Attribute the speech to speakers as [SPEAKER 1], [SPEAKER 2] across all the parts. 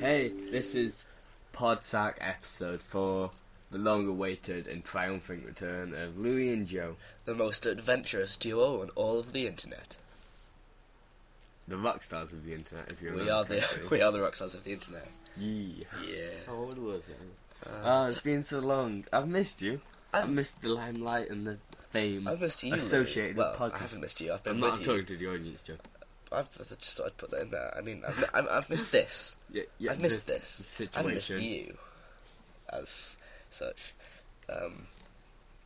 [SPEAKER 1] This is Podsack episode for the long-awaited and triumphant return of Louie and Joe,
[SPEAKER 2] the most adventurous duo on all of the internet.
[SPEAKER 1] the rock stars of the internet. If you're
[SPEAKER 2] we
[SPEAKER 1] around
[SPEAKER 2] are the
[SPEAKER 1] country.
[SPEAKER 2] we are the rockstars of the internet.
[SPEAKER 1] Yee.
[SPEAKER 2] Yeah.
[SPEAKER 1] How old was it? oh, it's been so long. I've missed you. I've missed the limelight and the fame.
[SPEAKER 2] I've missed you.
[SPEAKER 1] Associated
[SPEAKER 2] really.
[SPEAKER 1] with
[SPEAKER 2] well, I
[SPEAKER 1] podcast.
[SPEAKER 2] haven't missed you. I've been
[SPEAKER 1] I'm
[SPEAKER 2] with
[SPEAKER 1] not
[SPEAKER 2] you.
[SPEAKER 1] talking to the audience, Joe.
[SPEAKER 2] I've, I just thought I'd put that in there. I mean, I've, I've, I've missed this.
[SPEAKER 1] Yeah, yeah,
[SPEAKER 2] I've missed this. I've missed
[SPEAKER 1] situation.
[SPEAKER 2] you as such.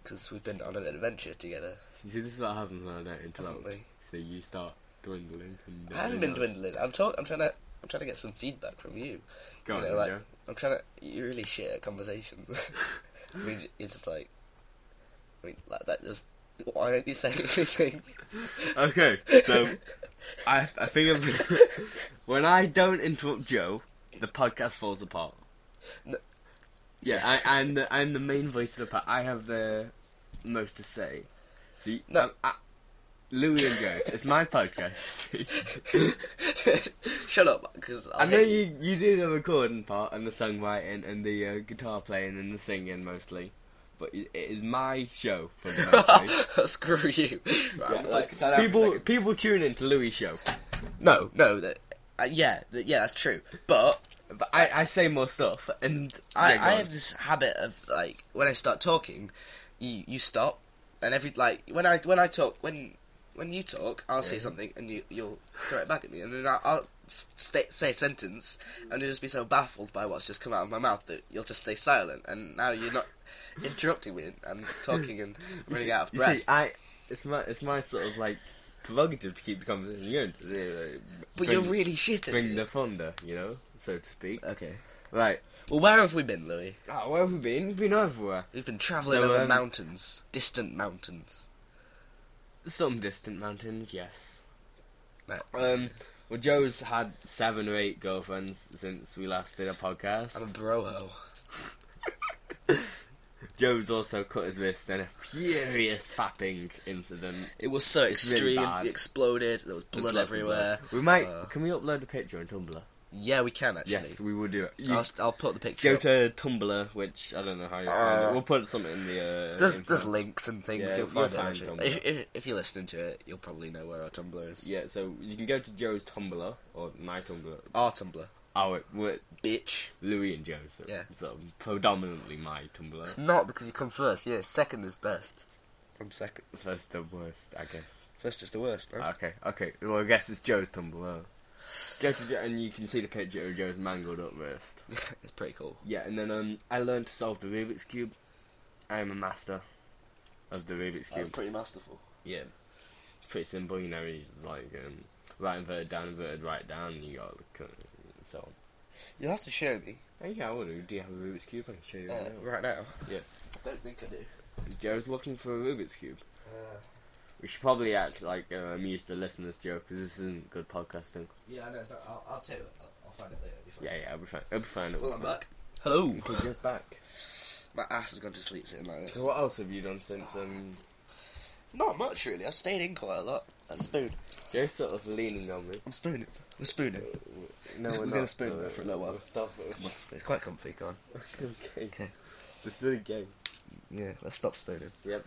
[SPEAKER 2] Because we've been on an adventure together.
[SPEAKER 1] You see, this is what happens when I don't interrupt.
[SPEAKER 2] Haven't we?
[SPEAKER 1] So you start dwindling. And
[SPEAKER 2] I haven't been
[SPEAKER 1] dwindling.
[SPEAKER 2] dwindling. I'm talk, I'm trying to. I'm trying to get some feedback from you.
[SPEAKER 1] Go
[SPEAKER 2] you
[SPEAKER 1] on,
[SPEAKER 2] know, like
[SPEAKER 1] Joe.
[SPEAKER 2] I'm trying to. You're really shit at conversations. I mean, you're just like. I mean, like that. Just why don't you say anything?
[SPEAKER 1] Okay, so I I think I'm, when I don't interrupt Joe, the podcast falls apart.
[SPEAKER 2] No.
[SPEAKER 1] Yeah, I, I'm the I'm the main voice of the podcast. I have the most to say. See,
[SPEAKER 2] No.
[SPEAKER 1] um, I, Louis and Joe's. It's my podcast.
[SPEAKER 2] Shut up, because
[SPEAKER 1] I know you you do the recording part and the songwriting and the uh, guitar playing and the singing mostly, but it, it is my show. Fundamentally.
[SPEAKER 2] Screw you. Right, I'm gonna
[SPEAKER 1] Yeah, like,
[SPEAKER 2] put this guitar down for a
[SPEAKER 1] people
[SPEAKER 2] second.
[SPEAKER 1] people tune into Louis' show.
[SPEAKER 2] No, no, that, uh, yeah, that, yeah, that's true. But
[SPEAKER 1] But I, I say more stuff, and
[SPEAKER 2] I,
[SPEAKER 1] Yeah, go
[SPEAKER 2] I
[SPEAKER 1] on.
[SPEAKER 2] have this habit of like when I start talking, you you stop, and every like when I when I talk when when you talk, I'll say
[SPEAKER 1] Yeah.
[SPEAKER 2] something and you you'll throw it back at me, and then I'll, I'll s- stay, say a sentence, and you'll just be so baffled by what's just come out of my mouth that you'll just stay silent, and now you're not interrupting me and talking and running out of
[SPEAKER 1] You
[SPEAKER 2] breath.
[SPEAKER 1] see, I it's my it's my sort of like prerogative to keep the conversation going. to, uh,
[SPEAKER 2] but
[SPEAKER 1] bring-
[SPEAKER 2] you're really shit at
[SPEAKER 1] bring
[SPEAKER 2] it.
[SPEAKER 1] the thunder, you know, so to speak.
[SPEAKER 2] okay.
[SPEAKER 1] Right.
[SPEAKER 2] Well, where have we been, Louis?
[SPEAKER 1] Ah, where have we been? We've been everywhere.
[SPEAKER 2] We've been travelling
[SPEAKER 1] So,
[SPEAKER 2] over
[SPEAKER 1] um,
[SPEAKER 2] mountains, distant mountains.
[SPEAKER 1] Some distant mountains, yes.
[SPEAKER 2] No.
[SPEAKER 1] Um. Well, Joe's had seven or eight girlfriends since we last did a
[SPEAKER 2] I'm a
[SPEAKER 1] podcast.
[SPEAKER 2] broho.
[SPEAKER 1] Joe's also cut his wrist in a furious fapping incident.
[SPEAKER 2] It was so
[SPEAKER 1] It's really
[SPEAKER 2] extreme.
[SPEAKER 1] bad.
[SPEAKER 2] it exploded. There was blood
[SPEAKER 1] Lots of
[SPEAKER 2] everywhere.
[SPEAKER 1] blood. We might.
[SPEAKER 2] Uh,
[SPEAKER 1] can we upload a picture on Tumblr?
[SPEAKER 2] Yeah, we can actually.
[SPEAKER 1] Yes, we will do it. You-
[SPEAKER 2] I'll, I'll put the picture.
[SPEAKER 1] go
[SPEAKER 2] up.
[SPEAKER 1] to Tumblr, which I don't know how you find
[SPEAKER 2] Uh,
[SPEAKER 1] it. We'll put something in the. Uh,
[SPEAKER 2] There's
[SPEAKER 1] info.
[SPEAKER 2] there's links and things.
[SPEAKER 1] Yeah,
[SPEAKER 2] you'll
[SPEAKER 1] you'll
[SPEAKER 2] find,
[SPEAKER 1] find
[SPEAKER 2] it. Actually.
[SPEAKER 1] Tumblr.
[SPEAKER 2] If, if, if you're listening to it, you'll probably know where our Tumblr is.
[SPEAKER 1] Yeah, so you can go to Joe's Tumblr or my Tumblr.
[SPEAKER 2] Our Tumblr,
[SPEAKER 1] Oh, it, we
[SPEAKER 2] bitch.
[SPEAKER 1] Louis and Joe's. So,
[SPEAKER 2] Yeah.
[SPEAKER 1] So predominantly my Tumblr.
[SPEAKER 2] It's not because you come first. Yeah, second is best. I'm second.
[SPEAKER 1] First the worst, I guess.
[SPEAKER 2] First is the worst. Man.
[SPEAKER 1] Okay, okay. Well, I guess it's Joe's Tumblr. Go to Joe, and you can see the picture of Joe's mangled up wrist.
[SPEAKER 2] it's pretty cool.
[SPEAKER 1] Yeah, and then um, I learned to solve the Rubik's cube. I am a master of the Rubik's cube.
[SPEAKER 2] pretty masterful.
[SPEAKER 1] Yeah. It's pretty simple, you know, you just like um, right inverted down, inverted right down, and you got the cut and so on.
[SPEAKER 2] You'll have to show me
[SPEAKER 1] Oh, yeah, I wonder, do you have a Rubik's Cube? I can show you
[SPEAKER 2] uh,
[SPEAKER 1] right now.
[SPEAKER 2] right now.
[SPEAKER 1] Yeah.
[SPEAKER 2] I don't think I do.
[SPEAKER 1] Joe's looking for a Rubik's Cube.
[SPEAKER 2] Uh,
[SPEAKER 1] We should probably act like uh, amuse the listeners, Joe, because this isn't good podcasting.
[SPEAKER 2] yeah, I know. No, I'll, I'll tell you. I'll, I'll find it later. it'll be fine.
[SPEAKER 1] Yeah, yeah, I'll be fine. I'll be fine. it'll be
[SPEAKER 2] Well, I'm
[SPEAKER 1] fine.
[SPEAKER 2] back. Hello.
[SPEAKER 1] Okay, Joe's back.
[SPEAKER 2] My ass has gone to sleep sitting like this.
[SPEAKER 1] So what else have you done since um,
[SPEAKER 2] Not much really. I've stayed in quite a lot. I'm spooning.
[SPEAKER 1] Joe's sort of leaning on me?
[SPEAKER 2] I'm spooning. We're spooning.
[SPEAKER 1] No,
[SPEAKER 2] We're
[SPEAKER 1] we're,
[SPEAKER 2] gonna
[SPEAKER 1] not.
[SPEAKER 2] spoon
[SPEAKER 1] No,
[SPEAKER 2] it for a little while.
[SPEAKER 1] Stop
[SPEAKER 2] Come on.
[SPEAKER 1] it.
[SPEAKER 2] It's quite comfy. Go on.
[SPEAKER 1] okay.
[SPEAKER 2] Okay.
[SPEAKER 1] This is really gay.
[SPEAKER 2] Yeah. Let's stop spooning.
[SPEAKER 1] Yep.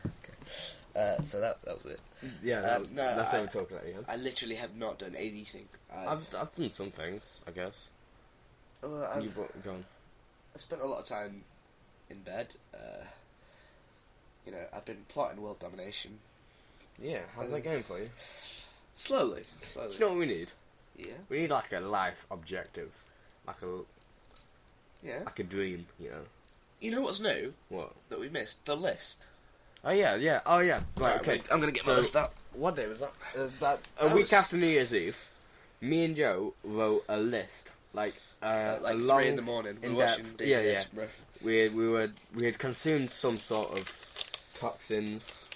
[SPEAKER 2] Uh, so that that was it.
[SPEAKER 1] Yeah,
[SPEAKER 2] Um,
[SPEAKER 1] that's,
[SPEAKER 2] no,
[SPEAKER 1] that's
[SPEAKER 2] I-
[SPEAKER 1] what we're talking about, yeah.
[SPEAKER 2] I literally have not done anything. Uh, I've,
[SPEAKER 1] I've, I've done some things, I guess.
[SPEAKER 2] uh,
[SPEAKER 1] you
[SPEAKER 2] I've,
[SPEAKER 1] brought, go on.
[SPEAKER 2] I've spent a lot of time in bed. Uh, you know, I've been plotting world domination
[SPEAKER 1] Yeah, how's that going for you?
[SPEAKER 2] slowly.
[SPEAKER 1] Do
[SPEAKER 2] Slowly.
[SPEAKER 1] you know what we need?
[SPEAKER 2] Yeah.
[SPEAKER 1] We need like a life objective, like a
[SPEAKER 2] Yeah.
[SPEAKER 1] like a dream, you know.
[SPEAKER 2] You know what's new
[SPEAKER 1] What?
[SPEAKER 2] that we missed? The list.
[SPEAKER 1] Oh yeah, yeah. Oh yeah. Right. Okay.
[SPEAKER 2] I'm gonna get
[SPEAKER 1] So-
[SPEAKER 2] my list up.
[SPEAKER 1] What day was that? It was about a
[SPEAKER 2] That
[SPEAKER 1] week
[SPEAKER 2] was-
[SPEAKER 1] after New Year's Eve. Me and Joe wrote a list, like uh,
[SPEAKER 2] At like
[SPEAKER 1] a
[SPEAKER 2] three
[SPEAKER 1] long.
[SPEAKER 2] in the morning. We're
[SPEAKER 1] in-depth-
[SPEAKER 2] watching
[SPEAKER 1] yeah,
[SPEAKER 2] DBS,
[SPEAKER 1] yeah.
[SPEAKER 2] bro.
[SPEAKER 1] we we were we had consumed some sort of toxins,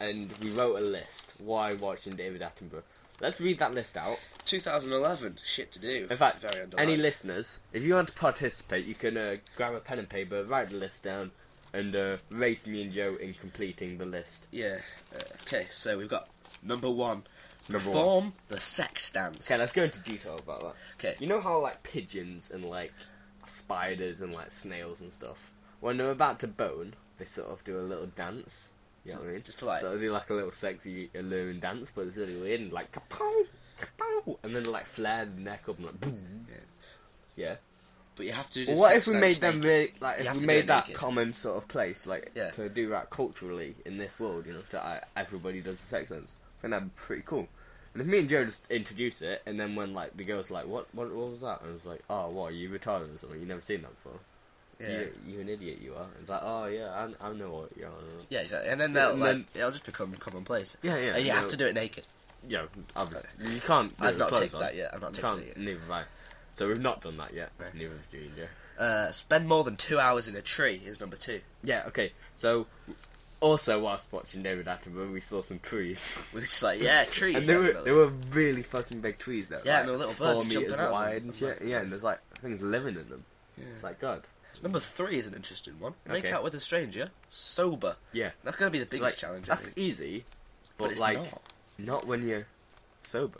[SPEAKER 1] and we wrote a list. Why watching David Attenborough? Let's read that list out.
[SPEAKER 2] 2011. Shit to do.
[SPEAKER 1] In fact,
[SPEAKER 2] Very
[SPEAKER 1] any
[SPEAKER 2] underlined.
[SPEAKER 1] listeners, if you want to participate, you can uh, grab a pen and paper, write the list down, and uh, race me and Joe in completing the list.
[SPEAKER 2] Yeah. Uh, okay, so we've got number one,
[SPEAKER 1] Number one.
[SPEAKER 2] Form the sex dance.
[SPEAKER 1] Okay, let's go into detail about that.
[SPEAKER 2] Okay.
[SPEAKER 1] You know how like pigeons and like spiders and like snails and stuff, when they're about to bone, they sort of do a little dance. You know what I mean?
[SPEAKER 2] Just to, like-
[SPEAKER 1] sort of do like a little sexy alluring dance, but it's really weird and like kapow, kapow, and then they, like flare the neck up and like boom.
[SPEAKER 2] Yeah.
[SPEAKER 1] Yeah.
[SPEAKER 2] But you have to do
[SPEAKER 1] But
[SPEAKER 2] this
[SPEAKER 1] what if
[SPEAKER 2] sex
[SPEAKER 1] we made
[SPEAKER 2] dance
[SPEAKER 1] them
[SPEAKER 2] naked.
[SPEAKER 1] really like
[SPEAKER 2] You have to
[SPEAKER 1] if we
[SPEAKER 2] do
[SPEAKER 1] made
[SPEAKER 2] it
[SPEAKER 1] that
[SPEAKER 2] naked.
[SPEAKER 1] common sort of place like
[SPEAKER 2] Yeah.
[SPEAKER 1] to do that culturally in this world, you know, that I, everybody does the sex dance. I think that'd be pretty cool. And if me and Joe just introduce it, and then when like the girls like, what, what, what was that? And I was like, oh, what? Are you retarded or something? You never seen that before.
[SPEAKER 2] Yeah.
[SPEAKER 1] You, you an idiot. You are. And it's like, oh yeah, I, I know what you're on. about."
[SPEAKER 2] Yeah, exactly. And then they'll
[SPEAKER 1] And
[SPEAKER 2] like,
[SPEAKER 1] then-
[SPEAKER 2] it'll just become commonplace.
[SPEAKER 1] Yeah, yeah,
[SPEAKER 2] And you have
[SPEAKER 1] no.
[SPEAKER 2] to do it naked.
[SPEAKER 1] Yeah, obviously you can't. do
[SPEAKER 2] I've
[SPEAKER 1] it with
[SPEAKER 2] not
[SPEAKER 1] clothes
[SPEAKER 2] ticked
[SPEAKER 1] on.
[SPEAKER 2] that yet, I've not
[SPEAKER 1] You
[SPEAKER 2] ticked
[SPEAKER 1] can't-
[SPEAKER 2] it yet.
[SPEAKER 1] Neither have I. So we've not done that yet.
[SPEAKER 2] Right.
[SPEAKER 1] Neither have you, and Joe.
[SPEAKER 2] Uh, spend more than two hours in a tree is number two.
[SPEAKER 1] Yeah, okay. So, also whilst watching David Attenborough, we saw some trees.
[SPEAKER 2] We're just like, yeah, trees.
[SPEAKER 1] and they were,
[SPEAKER 2] definitely.
[SPEAKER 1] they were really fucking big trees, though.
[SPEAKER 2] Yeah,
[SPEAKER 1] like,
[SPEAKER 2] and there were little
[SPEAKER 1] four
[SPEAKER 2] birds jumping
[SPEAKER 1] meters
[SPEAKER 2] out of them.
[SPEAKER 1] wide and shit.
[SPEAKER 2] Like-
[SPEAKER 1] yeah, and there's like things living in them. It's like, God.
[SPEAKER 2] Number three is an interesting one. Make
[SPEAKER 1] Okay.
[SPEAKER 2] out with a stranger, sober.
[SPEAKER 1] Yeah.
[SPEAKER 2] That's going to be the
[SPEAKER 1] It's
[SPEAKER 2] biggest
[SPEAKER 1] like,
[SPEAKER 2] challenge. I
[SPEAKER 1] That's
[SPEAKER 2] think.
[SPEAKER 1] easy, but,
[SPEAKER 2] but it's
[SPEAKER 1] like,
[SPEAKER 2] not. Mm.
[SPEAKER 1] not when you're sober.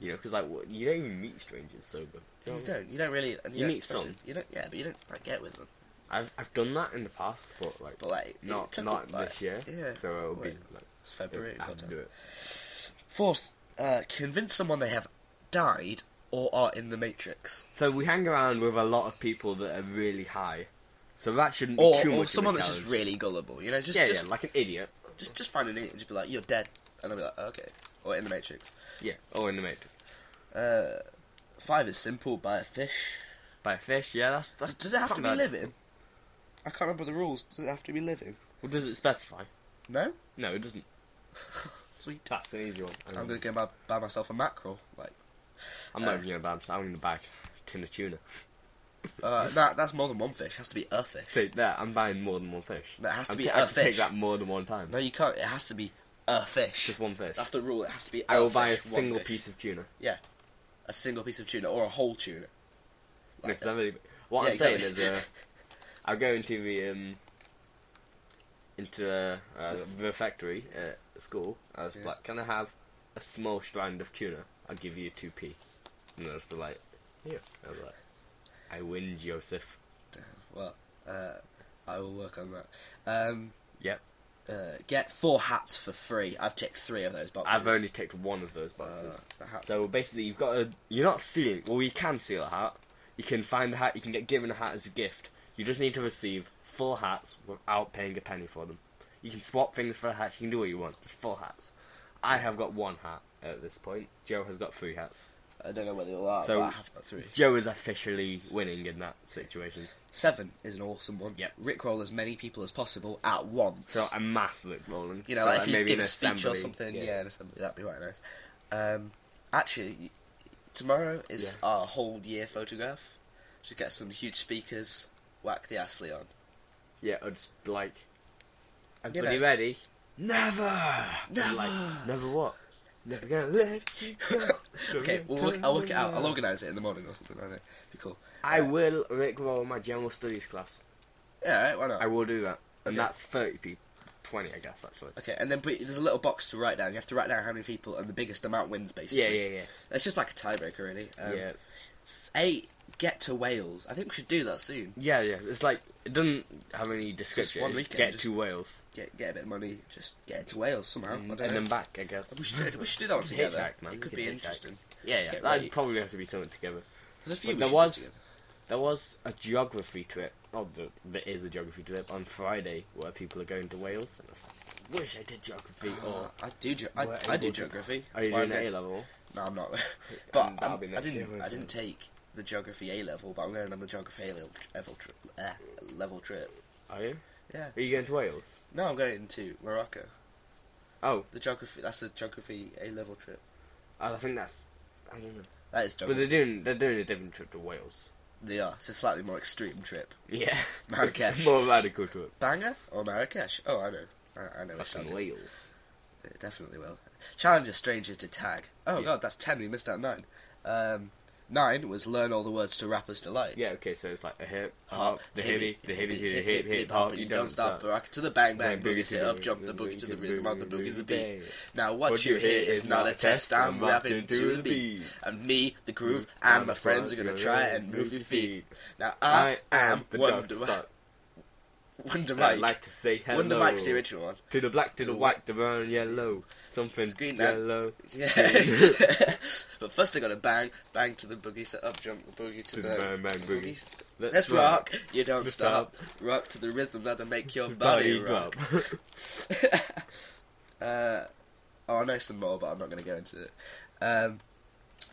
[SPEAKER 1] You know, because like, what- you don't even meet strangers sober. Do you know
[SPEAKER 2] You
[SPEAKER 1] what I mean?
[SPEAKER 2] don't. You don't really. And you,
[SPEAKER 1] You
[SPEAKER 2] don't,
[SPEAKER 1] meet
[SPEAKER 2] especially-
[SPEAKER 1] some.
[SPEAKER 2] You don't. Yeah, but you don't like get with them.
[SPEAKER 1] I've, I've done that in the past, but like,
[SPEAKER 2] But like, it
[SPEAKER 1] not,
[SPEAKER 2] took,
[SPEAKER 1] not
[SPEAKER 2] like,
[SPEAKER 1] this year.
[SPEAKER 2] Yeah.
[SPEAKER 1] So it'll be
[SPEAKER 2] Wait,
[SPEAKER 1] like,
[SPEAKER 2] It's February.
[SPEAKER 1] I have
[SPEAKER 2] got
[SPEAKER 1] to
[SPEAKER 2] time.
[SPEAKER 1] do it.
[SPEAKER 2] Fourth, uh, convince someone they have died or are in the Matrix,
[SPEAKER 1] So we hang around with a lot of people that are really high. So that shouldn't be
[SPEAKER 2] or,
[SPEAKER 1] too much.
[SPEAKER 2] or
[SPEAKER 1] of a
[SPEAKER 2] someone that's just
[SPEAKER 1] challenge.
[SPEAKER 2] really gullible. You know, just
[SPEAKER 1] yeah,
[SPEAKER 2] just,
[SPEAKER 1] yeah, like an idiot.
[SPEAKER 2] just just find an idiot and just be like, "You're dead," and I'll be like, "Oh, "Okay," or in the Matrix.
[SPEAKER 1] Yeah, or in the Matrix.
[SPEAKER 2] Uh, five is simple. Buy a fish.
[SPEAKER 1] By a fish, yeah, that's that's.
[SPEAKER 2] Does, does it have
[SPEAKER 1] not
[SPEAKER 2] to be
[SPEAKER 1] bad.
[SPEAKER 2] living? I can't remember the rules. Does it have to be living?
[SPEAKER 1] Well, does it specify?
[SPEAKER 2] No.
[SPEAKER 1] No, it doesn't.
[SPEAKER 2] Sweet.
[SPEAKER 1] That's an easy one.
[SPEAKER 2] I'm gonna go buy, buy myself a mackerel. Like
[SPEAKER 1] I'm not even gonna bounce. I'm gonna buy a tin of tuna.
[SPEAKER 2] uh, that. That's more than one fish. It has to be a fish.
[SPEAKER 1] So there, I'm buying more than one fish.
[SPEAKER 2] No, it has to
[SPEAKER 1] I'm
[SPEAKER 2] be
[SPEAKER 1] ta-
[SPEAKER 2] a
[SPEAKER 1] I can Take
[SPEAKER 2] fish.
[SPEAKER 1] that more than one time.
[SPEAKER 2] No, you can't. It has to be a fish.
[SPEAKER 1] Just one fish.
[SPEAKER 2] That's the rule. It has to be.
[SPEAKER 1] I
[SPEAKER 2] a
[SPEAKER 1] will buy a
[SPEAKER 2] fish, one
[SPEAKER 1] single
[SPEAKER 2] fish.
[SPEAKER 1] piece of tuna.
[SPEAKER 2] a single piece of tuna or a whole tuna.
[SPEAKER 1] No, 'cause I really. What
[SPEAKER 2] Yeah,
[SPEAKER 1] I'm saying
[SPEAKER 2] exactly.
[SPEAKER 1] is, uh, I'll go into the um, into uh, uh, the factory at school. I was
[SPEAKER 2] Yeah.
[SPEAKER 1] like, "Can I have a small strand of tuna? I'll give you two p." And I was like, "Here." I was like, "I win, Joseph."
[SPEAKER 2] Well, uh, I will work on that. Um,
[SPEAKER 1] Yep.
[SPEAKER 2] Uh, get four hats for free. I've ticked three of those boxes.
[SPEAKER 1] I've only ticked one of those
[SPEAKER 2] Uh,
[SPEAKER 1] boxes.
[SPEAKER 2] the hats.
[SPEAKER 1] So basically, you've got to. You're not sealing. Well, you can seal a hat. You can find a hat. You can get given a hat as a gift. You just need to receive four hats without paying a penny for them. You can swap things for a hat. You can do what you want. Just four hats. I have got one hat at this point. Joe has got three hats.
[SPEAKER 2] I don't know where they all are,
[SPEAKER 1] So-
[SPEAKER 2] but I have got three.
[SPEAKER 1] Joe is officially winning in that situation.
[SPEAKER 2] Seven is an awesome one.
[SPEAKER 1] Yep.
[SPEAKER 2] Rickroll as many people as possible at once.
[SPEAKER 1] So a mass look rolling.
[SPEAKER 2] you know,
[SPEAKER 1] So, uh,
[SPEAKER 2] like if you
[SPEAKER 1] maybe
[SPEAKER 2] give
[SPEAKER 1] an
[SPEAKER 2] a speech or
[SPEAKER 1] assembly,
[SPEAKER 2] something, yeah. an assembly, that'd be quite nice. Um, actually, y- tomorrow is our whole year photograph. Just get some huge speakers, whack the Astley on.
[SPEAKER 1] Yeah, or just like.
[SPEAKER 2] You
[SPEAKER 1] Everybody
[SPEAKER 2] know.
[SPEAKER 1] ready? Never!
[SPEAKER 2] Never!
[SPEAKER 1] Like, never what? Never gonna let you go.
[SPEAKER 2] Okay, we'll work, I'll work it out. I'll organise it in the morning or something. I don't know. Be cool.
[SPEAKER 1] I will rickroll my general studies class.
[SPEAKER 2] Yeah, alright, why not?
[SPEAKER 1] I will do that. And
[SPEAKER 2] Okay.
[SPEAKER 1] that's 30 people. 20, I guess, actually.
[SPEAKER 2] Okay, and then but there's a little box to write down. You have to write down how many people and the biggest amount wins, basically.
[SPEAKER 1] Yeah, yeah, yeah.
[SPEAKER 2] It's just like a tiebreaker, really. Um,
[SPEAKER 1] yeah.
[SPEAKER 2] s- Eight, get to Wales. I think we should do that soon.
[SPEAKER 1] Yeah, yeah. It's like, it doesn't have any description.
[SPEAKER 2] one
[SPEAKER 1] It's
[SPEAKER 2] weekend,
[SPEAKER 1] get
[SPEAKER 2] just-
[SPEAKER 1] to Wales.
[SPEAKER 2] Get get a bit of money, just get to Wales somehow. I
[SPEAKER 1] Mm, And
[SPEAKER 2] don't know.
[SPEAKER 1] then back, I guess.
[SPEAKER 2] we, should, do- we should do that one together.
[SPEAKER 1] Hitchhike, man.
[SPEAKER 2] It could
[SPEAKER 1] We
[SPEAKER 2] be
[SPEAKER 1] can hitchhike.
[SPEAKER 2] interesting.
[SPEAKER 1] Yeah, yeah.
[SPEAKER 2] Get
[SPEAKER 1] That'd
[SPEAKER 2] ready.
[SPEAKER 1] probably have to be something together.
[SPEAKER 2] There's a few.
[SPEAKER 1] But
[SPEAKER 2] we
[SPEAKER 1] there
[SPEAKER 2] should do
[SPEAKER 1] was
[SPEAKER 2] together.
[SPEAKER 1] there was a geography trip. Oh, the, there is a geography trip on Friday where people are going to Wales. And I was like, wish I did geography. or
[SPEAKER 2] I do. ge- I,
[SPEAKER 1] We're
[SPEAKER 2] I do
[SPEAKER 1] able to-
[SPEAKER 2] geography.
[SPEAKER 1] are you
[SPEAKER 2] That's why
[SPEAKER 1] doing
[SPEAKER 2] I'm
[SPEAKER 1] A
[SPEAKER 2] go-
[SPEAKER 1] level?
[SPEAKER 2] No, I'm not. but
[SPEAKER 1] And that'll
[SPEAKER 2] I'm-
[SPEAKER 1] be
[SPEAKER 2] I
[SPEAKER 1] next year,
[SPEAKER 2] didn't.
[SPEAKER 1] won't
[SPEAKER 2] I
[SPEAKER 1] it?
[SPEAKER 2] didn't take the geography A level, but I'm going on the geography A level, level, trip, uh, level trip.
[SPEAKER 1] Are you?
[SPEAKER 2] Yeah.
[SPEAKER 1] Are you going to Wales?
[SPEAKER 2] No, I'm going to Morocco.
[SPEAKER 1] Oh,
[SPEAKER 2] The geography. That's the geography A level trip.
[SPEAKER 1] I think that's. I don't know.
[SPEAKER 2] That is
[SPEAKER 1] But
[SPEAKER 2] geography.
[SPEAKER 1] they're doing they're doing a different trip to Wales.
[SPEAKER 2] They are. It's a slightly more extreme trip.
[SPEAKER 1] Yeah,
[SPEAKER 2] Marrakesh.
[SPEAKER 1] More radical trip.
[SPEAKER 2] Banger or Marrakesh? Oh, I know. I, I know. which
[SPEAKER 1] Fucking
[SPEAKER 2] one it is.
[SPEAKER 1] Wales.
[SPEAKER 2] It definitely will. Challenge a stranger to tag. Oh
[SPEAKER 1] Yeah.
[SPEAKER 2] god, that's ten. We missed out nine. Um, Nine was learn all the words to Rapper's Delight.
[SPEAKER 1] Yeah, okay, so it's like a hip, hop,
[SPEAKER 2] Hop,
[SPEAKER 1] the
[SPEAKER 2] hibby,
[SPEAKER 1] hibby, the hibby,
[SPEAKER 2] hibby,
[SPEAKER 1] to the
[SPEAKER 2] hip,
[SPEAKER 1] hip,
[SPEAKER 2] hip,
[SPEAKER 1] hip hop,
[SPEAKER 2] You don't stop, baraka to the bang, bang, boogie, sit up, jump the boogie to the rhythm of the boogie to the beat. Now what you hear is not a test, I'm rapping to the beat. And me, the groove, and my friends are gonna try and move your feet. Now I am Wonder Wonder
[SPEAKER 1] I
[SPEAKER 2] Mike.
[SPEAKER 1] like to say hello.
[SPEAKER 2] Wonder Mike's the original one.
[SPEAKER 1] To the black, to the
[SPEAKER 2] the
[SPEAKER 1] white, the brown, yellow, something
[SPEAKER 2] It's green now.
[SPEAKER 1] yellow.
[SPEAKER 2] Yeah. but first I gotta bang, bang to the boogie, sit up, jump the boogie to,
[SPEAKER 1] To
[SPEAKER 2] the,
[SPEAKER 1] the bang, bang,
[SPEAKER 2] boogie.
[SPEAKER 1] boogie.
[SPEAKER 2] Let's rock, you don't
[SPEAKER 1] Let's
[SPEAKER 2] stop. Rock to the rhythm that'll make your body
[SPEAKER 1] Body
[SPEAKER 2] rock.
[SPEAKER 1] drop.
[SPEAKER 2] uh, oh, I know some more, but I'm not going to go into it. Um,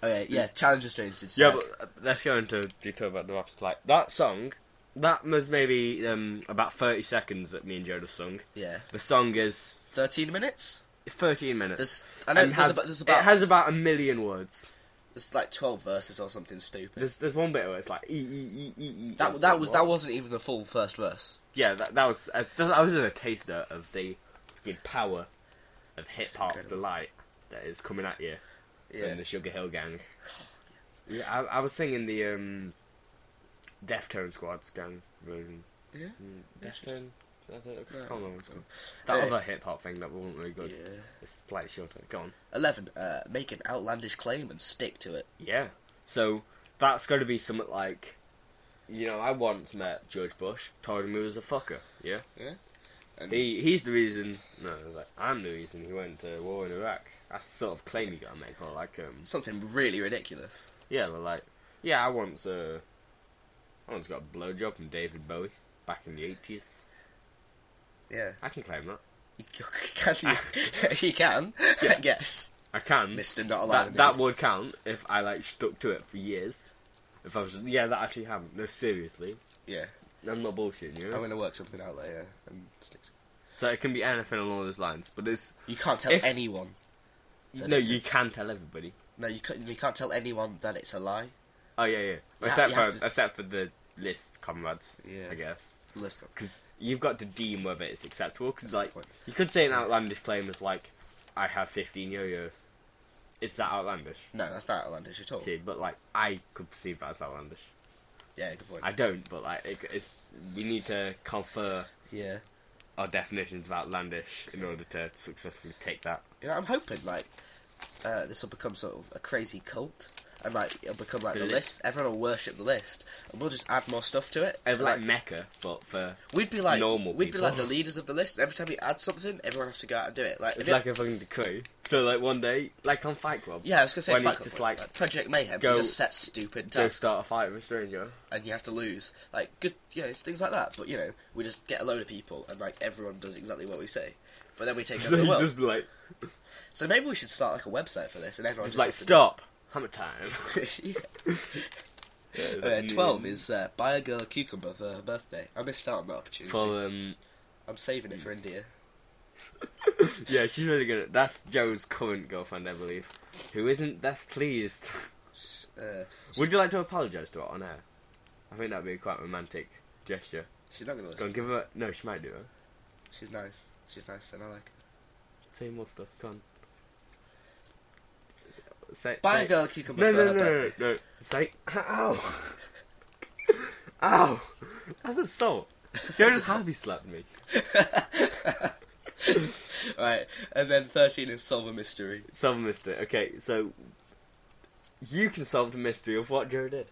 [SPEAKER 2] okay, yeah, challenge and strange. Did
[SPEAKER 1] Mm. Yeah, but uh, let's go into detail about the raps. Like that song, that was maybe um, about thirty seconds that me and Joe just sung.
[SPEAKER 2] yeah,
[SPEAKER 1] The song is
[SPEAKER 2] thirteen minutes.
[SPEAKER 1] thirteen minutes.
[SPEAKER 2] There's, I know
[SPEAKER 1] and
[SPEAKER 2] there's,
[SPEAKER 1] has-
[SPEAKER 2] about, there's about
[SPEAKER 1] it has about a million words.
[SPEAKER 2] there's like twelve verses or something stupid.
[SPEAKER 1] There's there's one bit where it's like e e e e e.
[SPEAKER 2] that
[SPEAKER 1] It's
[SPEAKER 2] that
[SPEAKER 1] like,
[SPEAKER 2] was
[SPEAKER 1] what?
[SPEAKER 2] that wasn't even the full first verse.
[SPEAKER 1] yeah that that was uh, just, that was just a taster of the good power of hip hop
[SPEAKER 2] incredible.
[SPEAKER 1] delight that is coming at you
[SPEAKER 2] Yeah,
[SPEAKER 1] and the Sugar Hill Gang. Yeah, I, I was singing the um, Deftone Squad's gang version.
[SPEAKER 2] yeah,
[SPEAKER 1] Mm, Deftone. I don't know, I can't
[SPEAKER 2] No.
[SPEAKER 1] remember what it's called. That
[SPEAKER 2] Hey.
[SPEAKER 1] other hip hop thing that wasn't really good.
[SPEAKER 2] yeah.
[SPEAKER 1] It's slightly shorter. Go on.
[SPEAKER 2] Eleven. Uh, make an outlandish claim and stick to it.
[SPEAKER 1] Yeah. So that's going to be something like, you know, I once met George Bush, told him he was a fucker. Yeah.
[SPEAKER 2] And
[SPEAKER 1] He he's the reason. No, I was like, I'm the reason he went to war in Iraq. That's the sort of claim you got to make. Or like, um,
[SPEAKER 2] something really ridiculous.
[SPEAKER 1] yeah, they're like, yeah, I once uh, I once got a blowjob from David Bowie back in the eighties.
[SPEAKER 2] Yeah,
[SPEAKER 1] I can claim that.
[SPEAKER 2] you can. You, you can. I guess,
[SPEAKER 1] I can.
[SPEAKER 2] Mister Not Allowed.
[SPEAKER 1] That, that would count if I like stuck to it for years. If I was, yeah, that actually happened. No, seriously,
[SPEAKER 2] Yeah,
[SPEAKER 1] I'm not bullshitting you.
[SPEAKER 2] I'm gonna work something out later. And stick to
[SPEAKER 1] So it can be anything along those lines, but it's
[SPEAKER 2] it. You can't tell
[SPEAKER 1] If-
[SPEAKER 2] anyone. That
[SPEAKER 1] no,
[SPEAKER 2] it's
[SPEAKER 1] you can tell everybody.
[SPEAKER 2] No, you can't. You can't tell anyone that it's a lie.
[SPEAKER 1] Oh yeah, yeah.
[SPEAKER 2] Yeah,
[SPEAKER 1] Except
[SPEAKER 2] you have
[SPEAKER 1] for
[SPEAKER 2] to-
[SPEAKER 1] except for the list comrades,
[SPEAKER 2] Yeah.
[SPEAKER 1] I guess,
[SPEAKER 2] Let's go.
[SPEAKER 1] because you've got to deem whether it's acceptable. Because like
[SPEAKER 2] That's the point.
[SPEAKER 1] you could say an outlandish claim is like, I have 15 yo-yos. It's that outlandish.
[SPEAKER 2] No, that's not outlandish at all.
[SPEAKER 1] See, but like I could perceive that as outlandish.
[SPEAKER 2] Yeah, good point.
[SPEAKER 1] I don't, but like it, it's we need to confer
[SPEAKER 2] yeah,
[SPEAKER 1] our definitions of outlandish in order to successfully take that.
[SPEAKER 2] you know, I'm hoping like uh, this will become sort of a crazy cult, and like it'll become like
[SPEAKER 1] The
[SPEAKER 2] the,
[SPEAKER 1] list.
[SPEAKER 2] list. Everyone will worship the list, and we'll just add more stuff to it.
[SPEAKER 1] Over like
[SPEAKER 2] Like,
[SPEAKER 1] Mecca, but for
[SPEAKER 2] we'd be like
[SPEAKER 1] normal
[SPEAKER 2] We'd
[SPEAKER 1] people.
[SPEAKER 2] be like the leaders of the list. and Every time we add something, everyone has to go out and do it. Like, if
[SPEAKER 1] it's
[SPEAKER 2] it-
[SPEAKER 1] like a fucking decree. So like one day, like on Fight Club,
[SPEAKER 2] yeah, I was gonna say
[SPEAKER 1] when
[SPEAKER 2] Fight
[SPEAKER 1] it's
[SPEAKER 2] Club,
[SPEAKER 1] just
[SPEAKER 2] like,
[SPEAKER 1] like,
[SPEAKER 2] Project Mayhem.
[SPEAKER 1] go-
[SPEAKER 2] you just set stupid
[SPEAKER 1] go
[SPEAKER 2] tasks,
[SPEAKER 1] start a fight with a stranger.
[SPEAKER 2] and you have to lose. Like good, you know, it's things like that. But you know, we just get a load of people, and like everyone does exactly what we say. But then we take
[SPEAKER 1] So
[SPEAKER 2] over the
[SPEAKER 1] you
[SPEAKER 2] world.
[SPEAKER 1] just be like,
[SPEAKER 2] So maybe we should start like a website for this, and everyone
[SPEAKER 1] just
[SPEAKER 2] just
[SPEAKER 1] like
[SPEAKER 2] has to-
[SPEAKER 1] stop. Hammer time.
[SPEAKER 2] Yeah.
[SPEAKER 1] Yeah, it's
[SPEAKER 2] Uh,
[SPEAKER 1] like,
[SPEAKER 2] Twelve
[SPEAKER 1] mm,
[SPEAKER 2] is uh, buy a girl a cucumber for her birthday. I missed out on that opportunity.
[SPEAKER 1] for um.
[SPEAKER 2] I'm saving it for India.
[SPEAKER 1] Yeah, she's really good. At, that's Joe's current girlfriend, I believe, who isn't best pleased.
[SPEAKER 2] Uh,
[SPEAKER 1] Would you like to apologise to her on air? I think that'd be quite a romantic gesture.
[SPEAKER 2] she's not gonna
[SPEAKER 1] Go
[SPEAKER 2] listen.
[SPEAKER 1] on, give her. No, she might do it.
[SPEAKER 2] She's nice. She's nice, and I like her.
[SPEAKER 1] Say more stuff. Come on. Say.
[SPEAKER 2] Buy
[SPEAKER 1] say-
[SPEAKER 2] a girl a cucumber
[SPEAKER 1] No,
[SPEAKER 2] for
[SPEAKER 1] no,
[SPEAKER 2] her
[SPEAKER 1] no, no,
[SPEAKER 2] birthday.
[SPEAKER 1] no. Say, ow, ow, that's assault. Joe just happy slapped me.
[SPEAKER 2] Right, and then thirteen is solve a mystery.
[SPEAKER 1] Solve a mystery. Okay, so you can solve the mystery of what Joe did.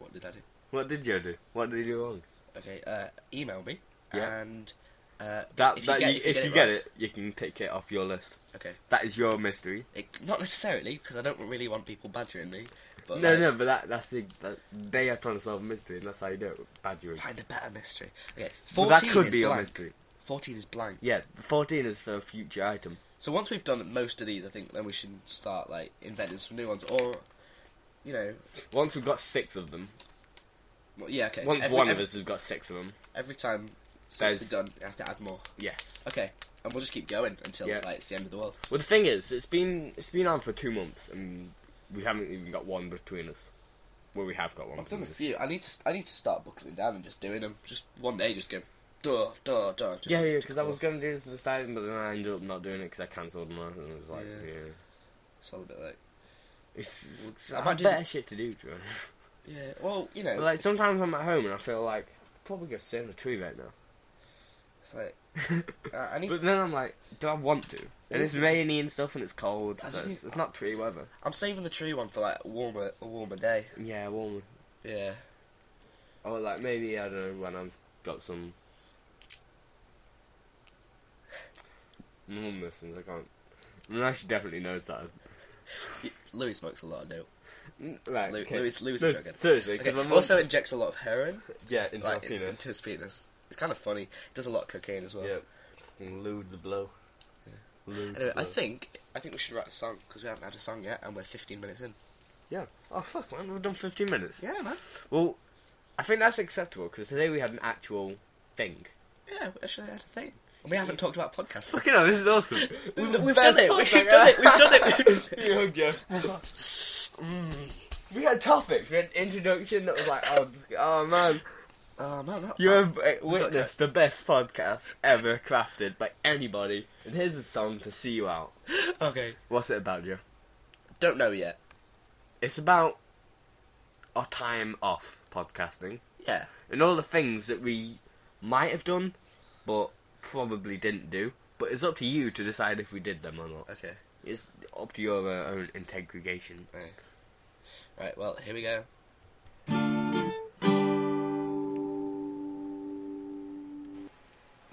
[SPEAKER 2] What did I do?
[SPEAKER 1] What did Joe do? What did he do wrong?
[SPEAKER 2] Okay, uh, email me
[SPEAKER 1] Yeah.
[SPEAKER 2] and uh,
[SPEAKER 1] That
[SPEAKER 2] if
[SPEAKER 1] that
[SPEAKER 2] you get,
[SPEAKER 1] you,
[SPEAKER 2] if you get it, right-
[SPEAKER 1] it, you can take it off your list.
[SPEAKER 2] Okay,
[SPEAKER 1] That is your mystery.
[SPEAKER 2] It- not necessarily because I don't really want people badgering me. But
[SPEAKER 1] no,
[SPEAKER 2] like,
[SPEAKER 1] no, but that that's the that, they are trying to solve a mystery, and that's how you do it. Badgering.
[SPEAKER 2] Find a better mystery. Okay,
[SPEAKER 1] But
[SPEAKER 2] fourteen
[SPEAKER 1] that could
[SPEAKER 2] is
[SPEAKER 1] be your
[SPEAKER 2] blank.
[SPEAKER 1] mystery.
[SPEAKER 2] Fourteen is blank.
[SPEAKER 1] Yeah, fourteen is for a future item.
[SPEAKER 2] So once we've done most of these, I think then we should start like inventing some new ones, or you know,
[SPEAKER 1] Once we've got six of them,
[SPEAKER 2] well, yeah, okay.
[SPEAKER 1] once
[SPEAKER 2] every,
[SPEAKER 1] one of
[SPEAKER 2] every,
[SPEAKER 1] us has got six of them,
[SPEAKER 2] every time
[SPEAKER 1] There's-
[SPEAKER 2] since we've done, you have to add more.
[SPEAKER 1] yes.
[SPEAKER 2] Okay, and we'll just keep going until
[SPEAKER 1] Yeah.
[SPEAKER 2] like it's the end of the world.
[SPEAKER 1] Well, the thing is, it's been it's been on for two months, and we haven't even got one between us. Well, we have got one.
[SPEAKER 2] I've done a
[SPEAKER 1] between us.
[SPEAKER 2] few. I need to I need to start buckling down and just doing them. Just one day, just go, duh, duh, duh. Just
[SPEAKER 1] Yeah, yeah, because I was gonna do this at the starting, but then I ended up not doing it because I cancelled mine, and it was like,
[SPEAKER 2] Yeah.
[SPEAKER 1] yeah.
[SPEAKER 2] It's all a bit like
[SPEAKER 1] It's, it's
[SPEAKER 2] I
[SPEAKER 1] I
[SPEAKER 2] might do-
[SPEAKER 1] better shit to do, to be honest.
[SPEAKER 2] Yeah. Well, you know,
[SPEAKER 1] But, like, sometimes I'm at home and I feel like, I'd probably go sit in a tree right now.
[SPEAKER 2] it's like uh, I need.
[SPEAKER 1] But then I'm like, do I want to? And it's
[SPEAKER 2] Yeah.
[SPEAKER 1] rainy and stuff and it's cold,
[SPEAKER 2] I
[SPEAKER 1] so
[SPEAKER 2] just
[SPEAKER 1] it's,
[SPEAKER 2] need-
[SPEAKER 1] it's not tree weather.
[SPEAKER 2] I'm saving the tree one for like a warmer, a warmer day.
[SPEAKER 1] Yeah, warm.
[SPEAKER 2] Yeah.
[SPEAKER 1] Or, like, maybe, I don't know, when I've got some. My mum listens, I can't. I mean, she definitely knows that.
[SPEAKER 2] Louis smokes a lot of dope.
[SPEAKER 1] Mm, Right,
[SPEAKER 2] Lou-
[SPEAKER 1] okay.
[SPEAKER 2] Louis- Louis
[SPEAKER 1] no,
[SPEAKER 2] is a drughead.
[SPEAKER 1] Seriously, 'cause
[SPEAKER 2] Okay.
[SPEAKER 1] my mum-
[SPEAKER 2] Also injects a lot of heroin,
[SPEAKER 1] yeah, into
[SPEAKER 2] like
[SPEAKER 1] her
[SPEAKER 2] in-
[SPEAKER 1] penis.
[SPEAKER 2] into his penis. It's kind of funny. He does a lot of cocaine as well.
[SPEAKER 1] Yeah. Fucking loads of blow. Loads
[SPEAKER 2] Anyway,
[SPEAKER 1] of
[SPEAKER 2] I
[SPEAKER 1] blow.
[SPEAKER 2] think I think we should write a song because we haven't had a song yet, and we're 15 minutes in.
[SPEAKER 1] Oh fuck, man! We've done fifteen minutes.
[SPEAKER 2] Yeah, man.
[SPEAKER 1] Well, I think that's acceptable because today we had an actual thing.
[SPEAKER 2] Yeah, we actually had a thing. And we haven't talked about podcasts.
[SPEAKER 1] Fucking hell, this is awesome.
[SPEAKER 2] We've- we've done it, we've done it, we've done it.
[SPEAKER 1] you yeah. oh, We had topics. We had an introduction that was like, oh, oh man,
[SPEAKER 2] Oh man, that-
[SPEAKER 1] you have uh, witnessed the best podcast ever crafted by anybody, and here's a song to see you out.
[SPEAKER 2] okay.
[SPEAKER 1] What's it about, Joe?
[SPEAKER 2] Don't know yet.
[SPEAKER 1] It's about our time off podcasting.
[SPEAKER 2] Yeah,
[SPEAKER 1] and all the things that we might have done, but probably didn't do. But it's up to you to decide if we did them or not.
[SPEAKER 2] okay.
[SPEAKER 1] It's up to your uh, own integration.
[SPEAKER 2] Right, well, here we go.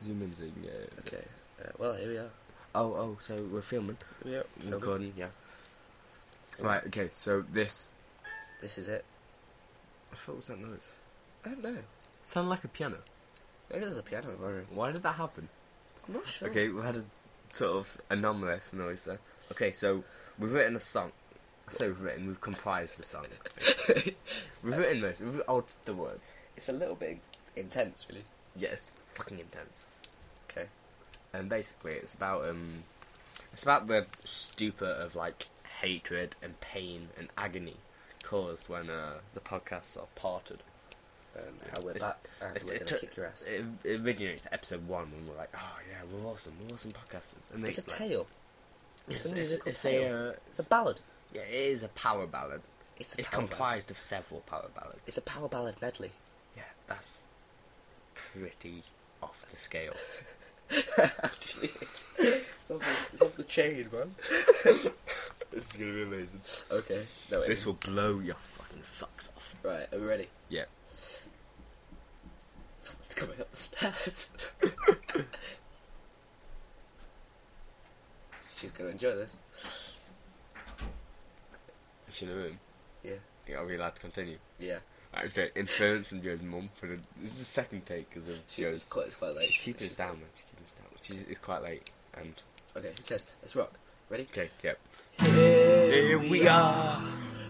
[SPEAKER 1] Zoom in, zoom out.
[SPEAKER 2] Okay. Uh, well, here we are.
[SPEAKER 1] Oh, oh, so we're filming,
[SPEAKER 2] Here we are. Filming.
[SPEAKER 1] recording, yeah. Right, okay, so this.
[SPEAKER 2] This is it.
[SPEAKER 1] What was that noise?
[SPEAKER 2] I don't know.
[SPEAKER 1] Sound like a piano.
[SPEAKER 2] Maybe there's a piano in my room.
[SPEAKER 1] Why did that happen?
[SPEAKER 2] I'm not sure.
[SPEAKER 1] Okay, we had a sort of anomalous noise there. Okay, so we've written a song. I say we've written, we've comprised a song. We've written this, we've altered the words.
[SPEAKER 2] it's a little bit intense, really.
[SPEAKER 1] Yeah, it's fucking intense.
[SPEAKER 2] Okay.
[SPEAKER 1] And basically, it's about um, it's about the stupor of like hatred and pain and agony caused when uh, the podcasts are parted.
[SPEAKER 2] And Um, how we're
[SPEAKER 1] It's-
[SPEAKER 2] back, and
[SPEAKER 1] it's-
[SPEAKER 2] we're
[SPEAKER 1] it
[SPEAKER 2] gonna
[SPEAKER 1] took-
[SPEAKER 2] kick your ass.
[SPEAKER 1] It, it originates at episode one when we're like, oh yeah, we're awesome, we're awesome podcasters. And they,
[SPEAKER 2] it's a
[SPEAKER 1] like,
[SPEAKER 2] tale. It's
[SPEAKER 1] It's,
[SPEAKER 2] a
[SPEAKER 1] it's,
[SPEAKER 2] musical
[SPEAKER 1] it's
[SPEAKER 2] tale.
[SPEAKER 1] a uh,
[SPEAKER 2] It's a ballad.
[SPEAKER 1] yeah, it is a power ballad.
[SPEAKER 2] It's a
[SPEAKER 1] It's
[SPEAKER 2] power ballad.
[SPEAKER 1] comprised of several power ballads.
[SPEAKER 2] It's a power ballad medley.
[SPEAKER 1] yeah, that's pretty off the scale.
[SPEAKER 2] Actually, it's, it's, off the, it's off the chain, man.
[SPEAKER 1] this is gonna be amazing.
[SPEAKER 2] Okay. No, it
[SPEAKER 1] This
[SPEAKER 2] isn't.
[SPEAKER 1] will blow your fucking socks off.
[SPEAKER 2] Right, are we ready?
[SPEAKER 1] Yeah.
[SPEAKER 2] Someone's coming up the stairs. She's gonna enjoy this.
[SPEAKER 1] Is she in the room?
[SPEAKER 2] Yeah.
[SPEAKER 1] Yeah, are we allowed to continue?
[SPEAKER 2] Yeah.
[SPEAKER 1] Right, okay, interference from Joe's mum for the. This is the second take because of
[SPEAKER 2] She
[SPEAKER 1] Joe's.
[SPEAKER 2] was quite, it's quite late.
[SPEAKER 1] she's keeping us down, man. She's keeping us down. She's, it's quite late. And
[SPEAKER 2] Okay, who cares? Let's rock. Ready?
[SPEAKER 1] okay, yep.
[SPEAKER 2] Here
[SPEAKER 1] Here we are,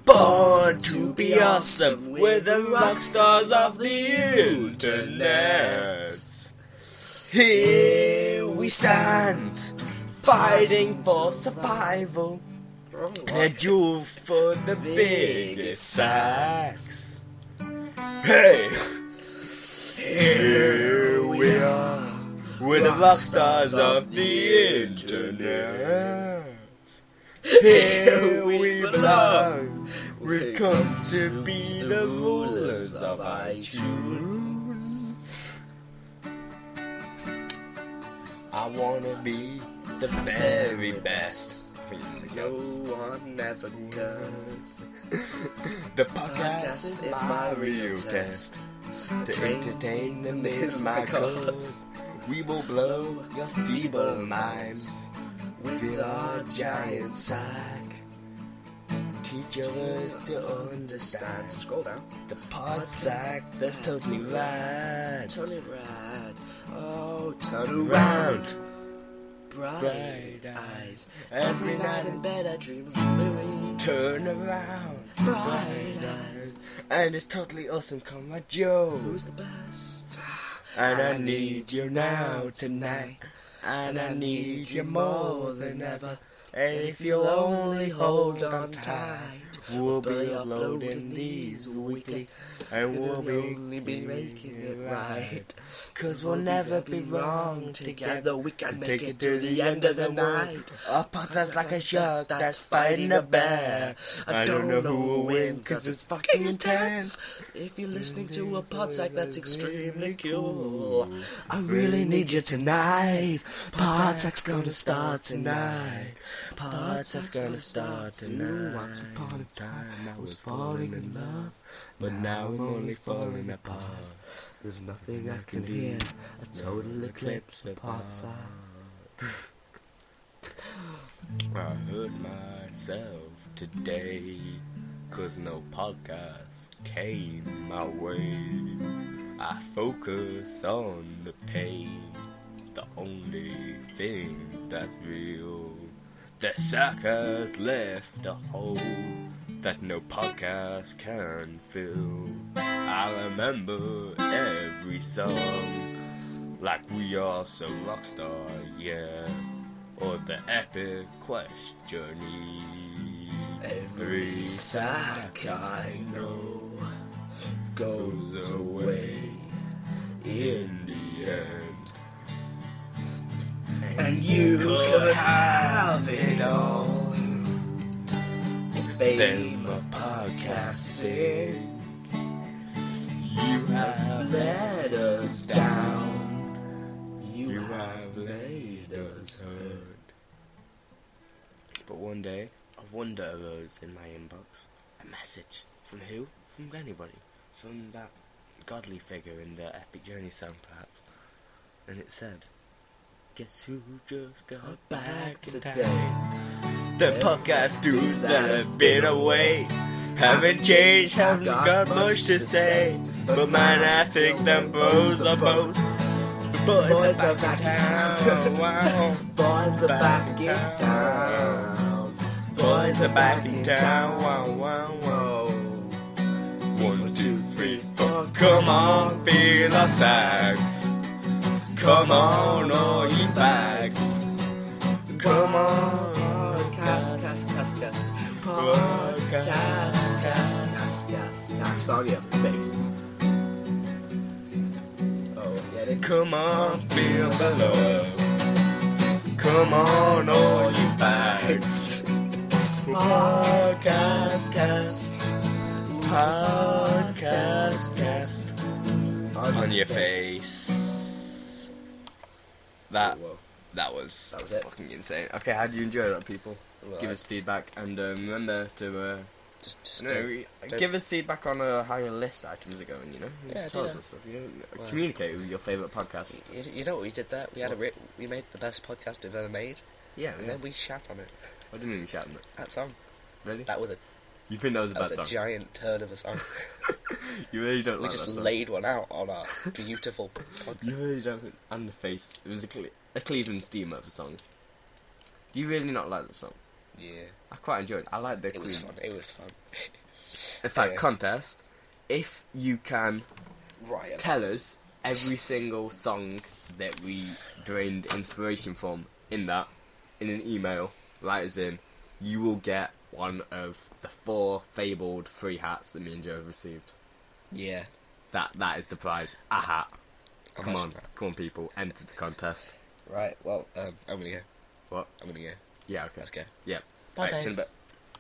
[SPEAKER 1] born to be awesome. We're the rock stars of the internet. Here we stand, fighting for survival.
[SPEAKER 2] Wrong
[SPEAKER 1] And a
[SPEAKER 2] one.
[SPEAKER 1] duel for the
[SPEAKER 2] Biggest
[SPEAKER 1] biggest sacks. Hey! Here we are. We're the rock stars of the internet. Here we belong. We've come to be the rulers of iTunes. I wanna be the very best.
[SPEAKER 2] No one ever knows.
[SPEAKER 1] The podcast is my real test. To entertain them is my cause. We will blow your feeble minds with our giant sack. Teach others to
[SPEAKER 2] Stand.
[SPEAKER 1] understand
[SPEAKER 2] Scroll down.
[SPEAKER 1] the pod sack that's totally rad.
[SPEAKER 2] Totally rad. Oh,
[SPEAKER 1] Turn
[SPEAKER 2] turn around.
[SPEAKER 1] around
[SPEAKER 2] Bright,
[SPEAKER 1] Bright
[SPEAKER 2] eyes.
[SPEAKER 1] eyes.
[SPEAKER 2] Every night in bed I dream of Louis.
[SPEAKER 1] turn around.
[SPEAKER 2] Bright eyes.
[SPEAKER 1] And it's totally awesome, come on, Joe.
[SPEAKER 2] Who's the best?
[SPEAKER 1] And I need you now tonight. And I need you more than ever. And
[SPEAKER 2] if you'll only hold on tight,
[SPEAKER 1] we'll
[SPEAKER 2] be
[SPEAKER 1] be uploading
[SPEAKER 2] uploading
[SPEAKER 1] these
[SPEAKER 2] these
[SPEAKER 1] weekly,
[SPEAKER 2] weekly,
[SPEAKER 1] and
[SPEAKER 2] We'll
[SPEAKER 1] we'll
[SPEAKER 2] only
[SPEAKER 1] be,
[SPEAKER 2] be making it right.
[SPEAKER 1] Cause
[SPEAKER 2] We'll never be wrong together. We can make it to the end of the night.
[SPEAKER 1] Up pops us like a shark that's fighting a bear. I don't know who will win, cause it's fucking intense.
[SPEAKER 2] If you're listening to a podsack, that's extremely cool. I really need you tonight. Podsack's gonna start tonight. Podsack's gonna start tonight. Once upon a time, I was falling in love, but now I'm only falling apart. There's nothing I can hear. A total eclipse of podsack.
[SPEAKER 1] I hurt myself today, cause no podcast came my way. I focus on the pain, the only thing that's real. The suckers left a hole that no podcast can fill. I remember every song, like we are some rockstar, yeah or the epic question.
[SPEAKER 2] Every sack I know goes away in the end. And you could have it all. The fame of podcasting.
[SPEAKER 1] You have
[SPEAKER 2] let us down. You,
[SPEAKER 1] You
[SPEAKER 2] have
[SPEAKER 1] have
[SPEAKER 2] made us hurt.
[SPEAKER 1] But one day, a wonder arose in my inbox. A message. From who? From anybody. From that godly figure in the Epic Journey song, perhaps. And it said, Guess who just got
[SPEAKER 2] Back
[SPEAKER 1] back
[SPEAKER 2] today.
[SPEAKER 1] today? The podcast dudes that have been away haven't changed, haven't got much to say. But man, I think them bros are both. The boys are back in town. Wow.
[SPEAKER 2] Boys are back in town. Boys are back in town.
[SPEAKER 1] Wow, wow, wow. One, two, three, four.
[SPEAKER 2] Oh,
[SPEAKER 1] Come on, feel our sacks. Come on, all you fags. Come on,
[SPEAKER 2] Podcast, cast, cast, cast.
[SPEAKER 1] Podcast.
[SPEAKER 2] Podcast, cast, cast, cast. That's on your face. Oh, get it?
[SPEAKER 1] Come on, feel the love. Come on, all you fags.
[SPEAKER 2] Podcast, cast. Podcast, cast.
[SPEAKER 1] On your face. That
[SPEAKER 2] Whoa.
[SPEAKER 1] that was
[SPEAKER 2] That was it.
[SPEAKER 1] fucking insane. Okay, how do you enjoy that, people?
[SPEAKER 2] Well,
[SPEAKER 1] Give us feedback and um, remember to uh,
[SPEAKER 2] just, just
[SPEAKER 1] no,
[SPEAKER 2] don't-
[SPEAKER 1] uh, give us feedback on uh, how your list items are going. You know,
[SPEAKER 2] Yeah,
[SPEAKER 1] Just
[SPEAKER 2] do
[SPEAKER 1] tell us
[SPEAKER 2] that.
[SPEAKER 1] this stuff. You know,
[SPEAKER 2] Well-
[SPEAKER 1] communicate with your favorite podcast.
[SPEAKER 2] You, you know what we did that? We had a ri- we made the best podcast we've ever made,
[SPEAKER 1] Yeah,
[SPEAKER 2] and
[SPEAKER 1] yeah.
[SPEAKER 2] then we shat on it.
[SPEAKER 1] I didn't even shout on it.
[SPEAKER 2] That song.
[SPEAKER 1] Really?
[SPEAKER 2] That was a
[SPEAKER 1] you think that was a
[SPEAKER 2] that
[SPEAKER 1] bad
[SPEAKER 2] was a
[SPEAKER 1] song?
[SPEAKER 2] giant turd of a song.
[SPEAKER 1] you really don't
[SPEAKER 2] we
[SPEAKER 1] like
[SPEAKER 2] just
[SPEAKER 1] that song.
[SPEAKER 2] laid one out on our beautiful podcast.
[SPEAKER 1] You really don't. think- And the face. It was a, Cle- a Cleveland steamer for song. Do you really not like the song?
[SPEAKER 2] Yeah,
[SPEAKER 1] I quite enjoyed. it. I like the
[SPEAKER 2] it
[SPEAKER 1] Queen.
[SPEAKER 2] was fun. It was fun.
[SPEAKER 1] In fact,
[SPEAKER 2] Yeah.
[SPEAKER 1] contest. If you can
[SPEAKER 2] Right.
[SPEAKER 1] tell us every single song that we drained inspiration from in that, in an email, write us in. You will get one of the four fabled free hats that me and Joe have received.
[SPEAKER 2] Yeah.
[SPEAKER 1] That that is the prize. A hat.
[SPEAKER 2] I'll
[SPEAKER 1] Come on,
[SPEAKER 2] mention
[SPEAKER 1] come on, people. Enter the contest.
[SPEAKER 2] that. Right. Well, um, I'm gonna go.
[SPEAKER 1] What?
[SPEAKER 2] I'm gonna go.
[SPEAKER 1] Yeah. Okay.
[SPEAKER 2] Let's go.
[SPEAKER 1] Yeah.
[SPEAKER 2] Bye,
[SPEAKER 1] Right,
[SPEAKER 2] babes.
[SPEAKER 1] send it back.